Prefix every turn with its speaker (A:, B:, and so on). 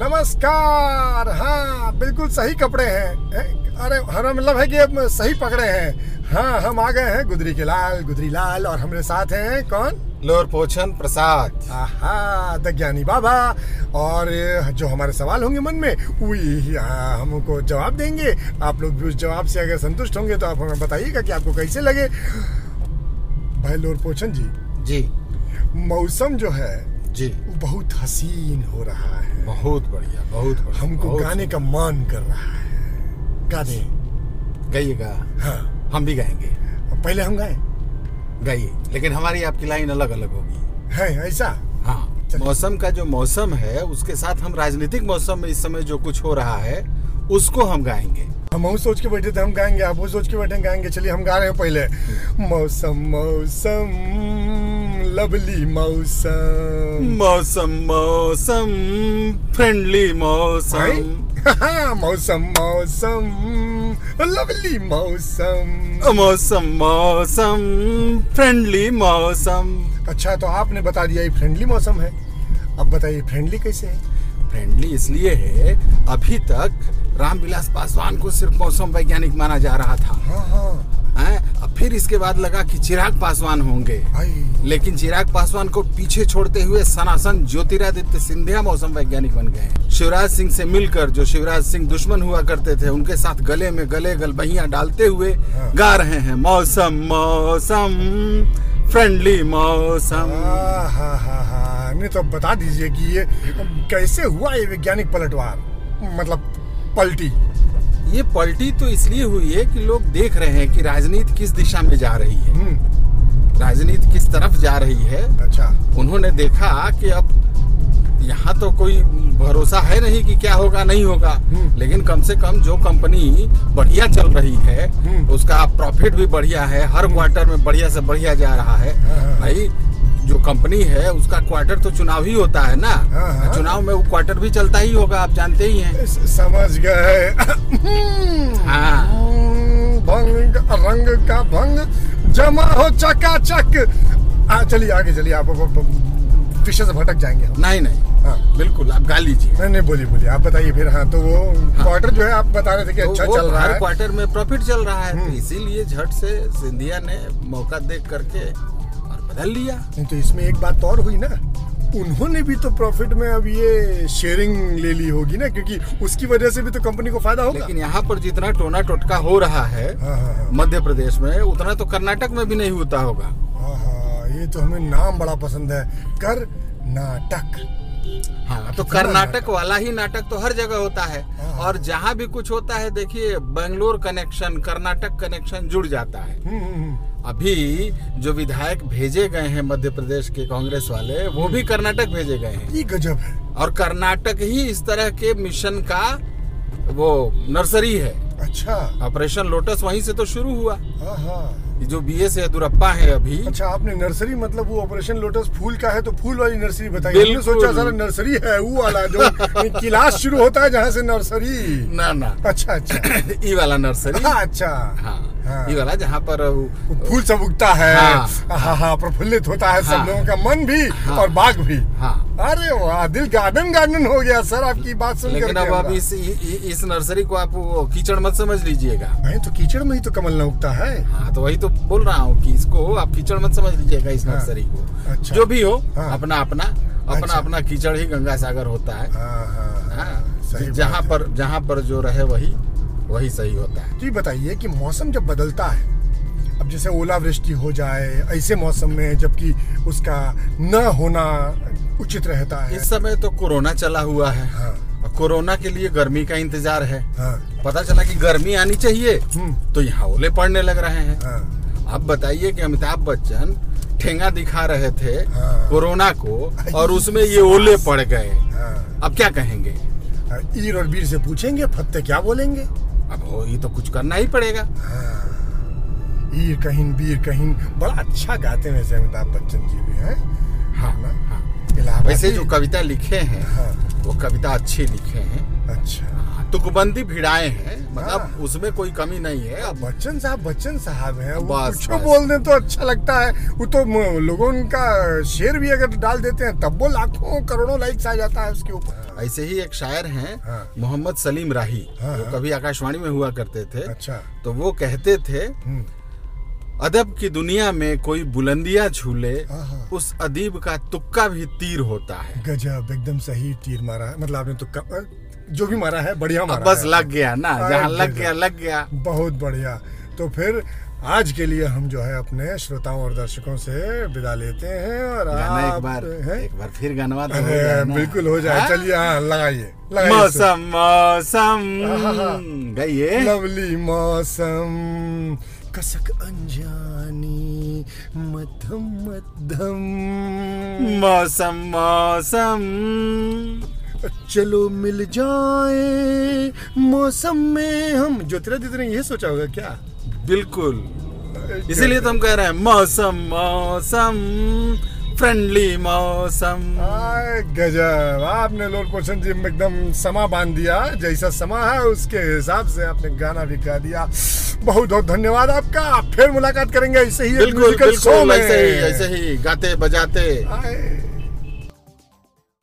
A: नमस्कार हाँ बिल्कुल सही कपड़े हैं ए, अरे हमारा मतलब है कि अब सही पकड़े हैं हाँ हम आ गए हैं गुदरी के लाल गुदरी लाल और हमारे साथ हैं कौन
B: लोअर पोछन प्रसाद
A: आहा द ज्ञानी बाबा और ये जो हमारे सवाल होंगे मन में वही हाँ, हमको जवाब देंगे आप लोग भी उस जवाब से अगर संतुष्ट होंगे तो आप हमें बताइएगा कि आपको कैसे लगे भाई लोर पोचन जी
B: जी
A: मौसम जो है
B: जी
A: वो बहुत हसीन हो रहा है
B: बहुत बढ़िया बहुत बढ़िया
A: हमको
B: बहुत-
A: गाने का मन कर रहा है गा दें
B: गाइएगा
A: हाँ
B: हम भी गाएंगे
A: पहले हम गाए
B: गाइए लेकिन हमारी आपकी लाइन अलग अलग होगी
A: है ऐसा
B: हाँ
A: चलिए।
B: मौसम का जो मौसम है उसके साथ हम राजनीतिक मौसम में इस समय जो कुछ हो रहा है उसको हम गाएंगे
A: हम वो सोच के बैठे थे हम गाएंगे आप वो सोच के बैठे हैं, गाएंगे चलिए हम गा रहे हैं पहले मौसम मौसम लवली मौसम
B: मौसम मौसम फ्रेंडली
A: भाई,
B: मौसम
A: हाँ, मौसम मौसम लवली मौसम
B: मौसम मौसम फ्रेंडली मौसम
A: अच्छा तो आपने बता दिया ये फ्रेंडली मौसम है अब बताइए फ्रेंडली कैसे है
B: फ्रेंडली इसलिए है अभी तक रामविलास पासवान को सिर्फ मौसम वैज्ञानिक माना जा रहा था
A: हाँ हाँ
B: हैं? अब फिर इसके बाद लगा कि चिराग पासवान होंगे
A: भाई
B: लेकिन चिराग पासवान को पीछे छोड़ते हुए सनासन ज्योतिरादित्य सिंधिया मौसम वैज्ञानिक बन गए शिवराज सिंह से मिलकर जो शिवराज सिंह दुश्मन हुआ करते थे उनके साथ गले में गले गलबहिया डालते हुए
A: हाँ।
B: गा रहे हैं मौसम मौसम फ्रेंडली मौसम
A: हाँ हाँ हाँ हाँ नहीं तो बता दीजिए कि ये कैसे हुआ ये वैज्ञानिक पलटवार मतलब पलटी
B: ये पलटी तो इसलिए हुई है कि लोग देख रहे हैं कि राजनीति किस दिशा में जा रही है
A: हम्म
B: राजनीति किस तरफ जा रही है
A: अच्छा
B: उन्होंने देखा कि अब यहाँ तो कोई भरोसा है नहीं कि क्या होगा नहीं होगा
A: हम्म।
B: लेकिन कम से कम जो कंपनी बढ़िया चल रही है
A: हम्म।
B: उसका प्रॉफिट भी बढ़िया है हर क्वार्टर में बढ़िया से बढ़िया जा रहा है
A: हाँ, हाँ।
B: भाई जो कंपनी है उसका क्वार्टर तो चुनाव ही होता है ना
A: हाँ, हाँ।
B: चुनाव में वो क्वार्टर भी चलता ही होगा आप जानते ही हैं
A: स- समझ गए
B: हाँ।
A: हम्म, भंग रंग का भंग जमा हो चकाचक आ चलिए आगे चलिए आप अब- अब- अब विषय से भटक जाएंगे हम
B: नहीं नहीं
A: हाँ
B: बिल्कुल आप गा लीजिए
A: नहीं नहीं बोलिए बोलिए आप बताइए फिर हाँ तो वो क्वार्टर जो है आप बता रहे थे कि
B: तो
A: अच्छा
B: वो
A: चल रहा
B: हर
A: है
B: क्वार्टर में प्रॉफिट चल रहा है तो
A: हम्म।
B: इसीलिए झट से सिंधिया ने मौका देख करके और बदल लिया
A: नहीं, तो इसमें एक बात और हुई ना उन्होंने भी तो प्रॉफिट में अब ये शेयरिंग ले ली होगी ना क्योंकि उसकी वजह से भी तो कंपनी को फायदा होगा
B: लेकिन यहाँ पर जितना टोना टोटका हो रहा है
A: हाँ हाँ हाँ
B: मध्य प्रदेश में उतना तो कर्नाटक में भी नहीं होता होगा
A: आहा, ये तो हमें नाम बड़ा पसंद है कर नाटक
B: हाँ तो
A: कितना
B: कर्नाटक
A: नाटक?
B: वाला ही नाटक तो हर जगह होता है
A: हाँ।
B: और जहाँ भी कुछ होता है देखिए बेंगलोर कनेक्शन कर्नाटक कनेक्शन जुड़ जाता है
A: हम्म, हम्म, हम्म।
B: अभी जो विधायक भेजे गए हैं मध्य प्रदेश के कांग्रेस वाले
A: हम्म।
B: वो भी कर्नाटक भेजे गए हैं
A: ये गजब है
B: और कर्नाटक ही इस तरह के मिशन का वो नर्सरी है
A: अच्छा
B: ऑपरेशन लोटस वहीं से तो शुरू हुआ
A: आहा।
B: ये जो बी एस येदुरप्पा है अभी
A: अच्छा आपने नर्सरी मतलब वो ऑपरेशन लोटस फूल का है तो फूल वाली नर्सरी बताइए हमने
B: बिल्कुल।
A: सोचा सारा नर्सरी है वो वाला जो क्लास शुरू होता है जहाँ से नर्सरी
B: ना ना
A: अच्छा अच्छा
B: ई वाला नर्सरी
A: हाँ, अच्छा
B: हाँ
A: हाँ।
B: ई वाला जहाँ पर
A: वो फूल सब उगता है
B: हाँ।
A: हाँ हाँ प्रफुल्लित होता है सब
B: हाँ।
A: लोगों का मन भी
B: हाँ।
A: और बाग भी
B: हाँ
A: अरे वाह दिल गार्डन गार्डन हो गया सर आपकी बात सुन
B: लेकिन अब आप
A: कर
B: इस इ- इ- इस नर्सरी को आप वो कीचड़ मत समझ लीजिएगा
A: तो कीचड़ में ही तो कमल ना उगता है
B: हाँ तो वही तो बोल रहा हूँ कि इसको आप कीचड़ मत समझ लीजिएगा इस
A: हाँ।
B: नर्सरी को
A: अच्छा।
B: जो भी हो
A: हाँ।
B: अपना अपना अपना
A: अच्छा।
B: अपना कीचड़ ही गंगा सागर होता है
A: हाँ हाँ
B: हाँ,
A: सही बात
B: जहाँ
A: है।
B: पर जहाँ पर जो रहे वही वही सही होता है
A: तो ये बताइए कि मौसम जब बदलता है अब जैसे ओलावृष्टि हो जाए ऐसे मौसम में जबकि उसका न होना उचित रहता है
B: इस समय तो कोरोना चला हुआ है
A: हाँ
B: और कोरोना के लिए गर्मी का इंतजार है
A: हाँ
B: पता चला कि गर्मी आनी चाहिए
A: हम्म,
B: तो यहाँ ओले पड़ने लग रहे हैं
A: हाँ
B: अब बताइए कि अमिताभ बच्चन ठेंगा दिखा रहे थे
A: हाँ।
B: कोरोना को और उसमें ये ओले पड़ गए
A: हाँ
B: अब क्या कहेंगे
A: ईर और वीर से पूछेंगे फत्ते क्या बोलेंगे
B: अब हो ये तो कुछ करना ही पड़ेगा
A: हाँ। ईर कहीं वीर कहीं बड़ा अच्छा गाते हैं वैसे अमिताभ बच्चन जी भी हैं
B: हाँ
A: ना?
B: हाँ
A: इलाहाबादी।
B: वैसे जो कविता लिखे हैं
A: हाँ।
B: वो कविता अच्छी लिखे हैं
A: अच्छा
B: तुकबंदी भिड़ाए हैं मतलब
A: हाँ।
B: उसमें कोई कमी नहीं है अब
A: बच्चन साहब बच्चन साहब है वो
B: बस,
A: कुछ भी
B: बस।
A: बोल दें तो अच्छा लगता है वो तो म- लोगों उनका शेर भी अगर डाल देते हैं तब वो लाखों करोड़ों लाइक्स आ जाता है उसके ऊपर
B: ऐसे ही एक शायर हैं
A: हाँ।
B: मोहम्मद सलीम राही
A: हाँ,
B: जो
A: हाँ।
B: कभी आकाशवाणी में हुआ करते थे
A: अच्छा
B: तो वो कहते थे
A: हम्म,
B: अदब की दुनिया में कोई बुलंदियां छूले
A: हाँ, हाँ।
B: उस अदीब का तुक्का भी तीर होता है
A: गजब एकदम सही तीर मारा है मतलब आपने तो कब जो भी मारा है बढ़िया
B: अब
A: मारा
B: बस
A: है।
B: लग गया ना
A: अरे
B: जहाँ लग
A: गजब।
B: गया लग गया
A: बहुत बढ़िया तो फिर आज के लिए हम जो है अपने श्रोताओं और दर्शकों से विदा लेते हैं और
B: गाना एक
A: आप
B: बार
A: हैं?
B: एक बार फिर गनवा तो हो
A: अरे
B: जाए ना।
A: बिल्कुल हो जाए
B: हाँ?
A: चलिए हाँ लगाइए लगाइए इसे।
B: मौसम मौसम
A: हाँ, हाँ।
B: गाइए
A: लवली मौसम कसक अनजानी मध्यम मध्यम
B: मौसम मौसम
A: चलो मिल जाए मौसम में हम ज्योतिरादित्य ने ये सोचा होगा क्या
B: बिल्कुल इसीलिए तो हम कह रहे हैं मौसम मौसम फ्रेंडली मौसम
A: आय गजब आपने लोड पोर्शन जिम में एकदम समा बांध दिया जैसा समा है उसके हिसाब से आपने गाना भी गा दिया बहुत बहुत धन्यवाद आपका फिर मुलाकात करेंगे ऐसे ही एक
B: बिल्कुल
A: musical show
B: बिल्कुल
A: में।
B: ऐसे ही ऐसे ही गाते बजाते
A: आय।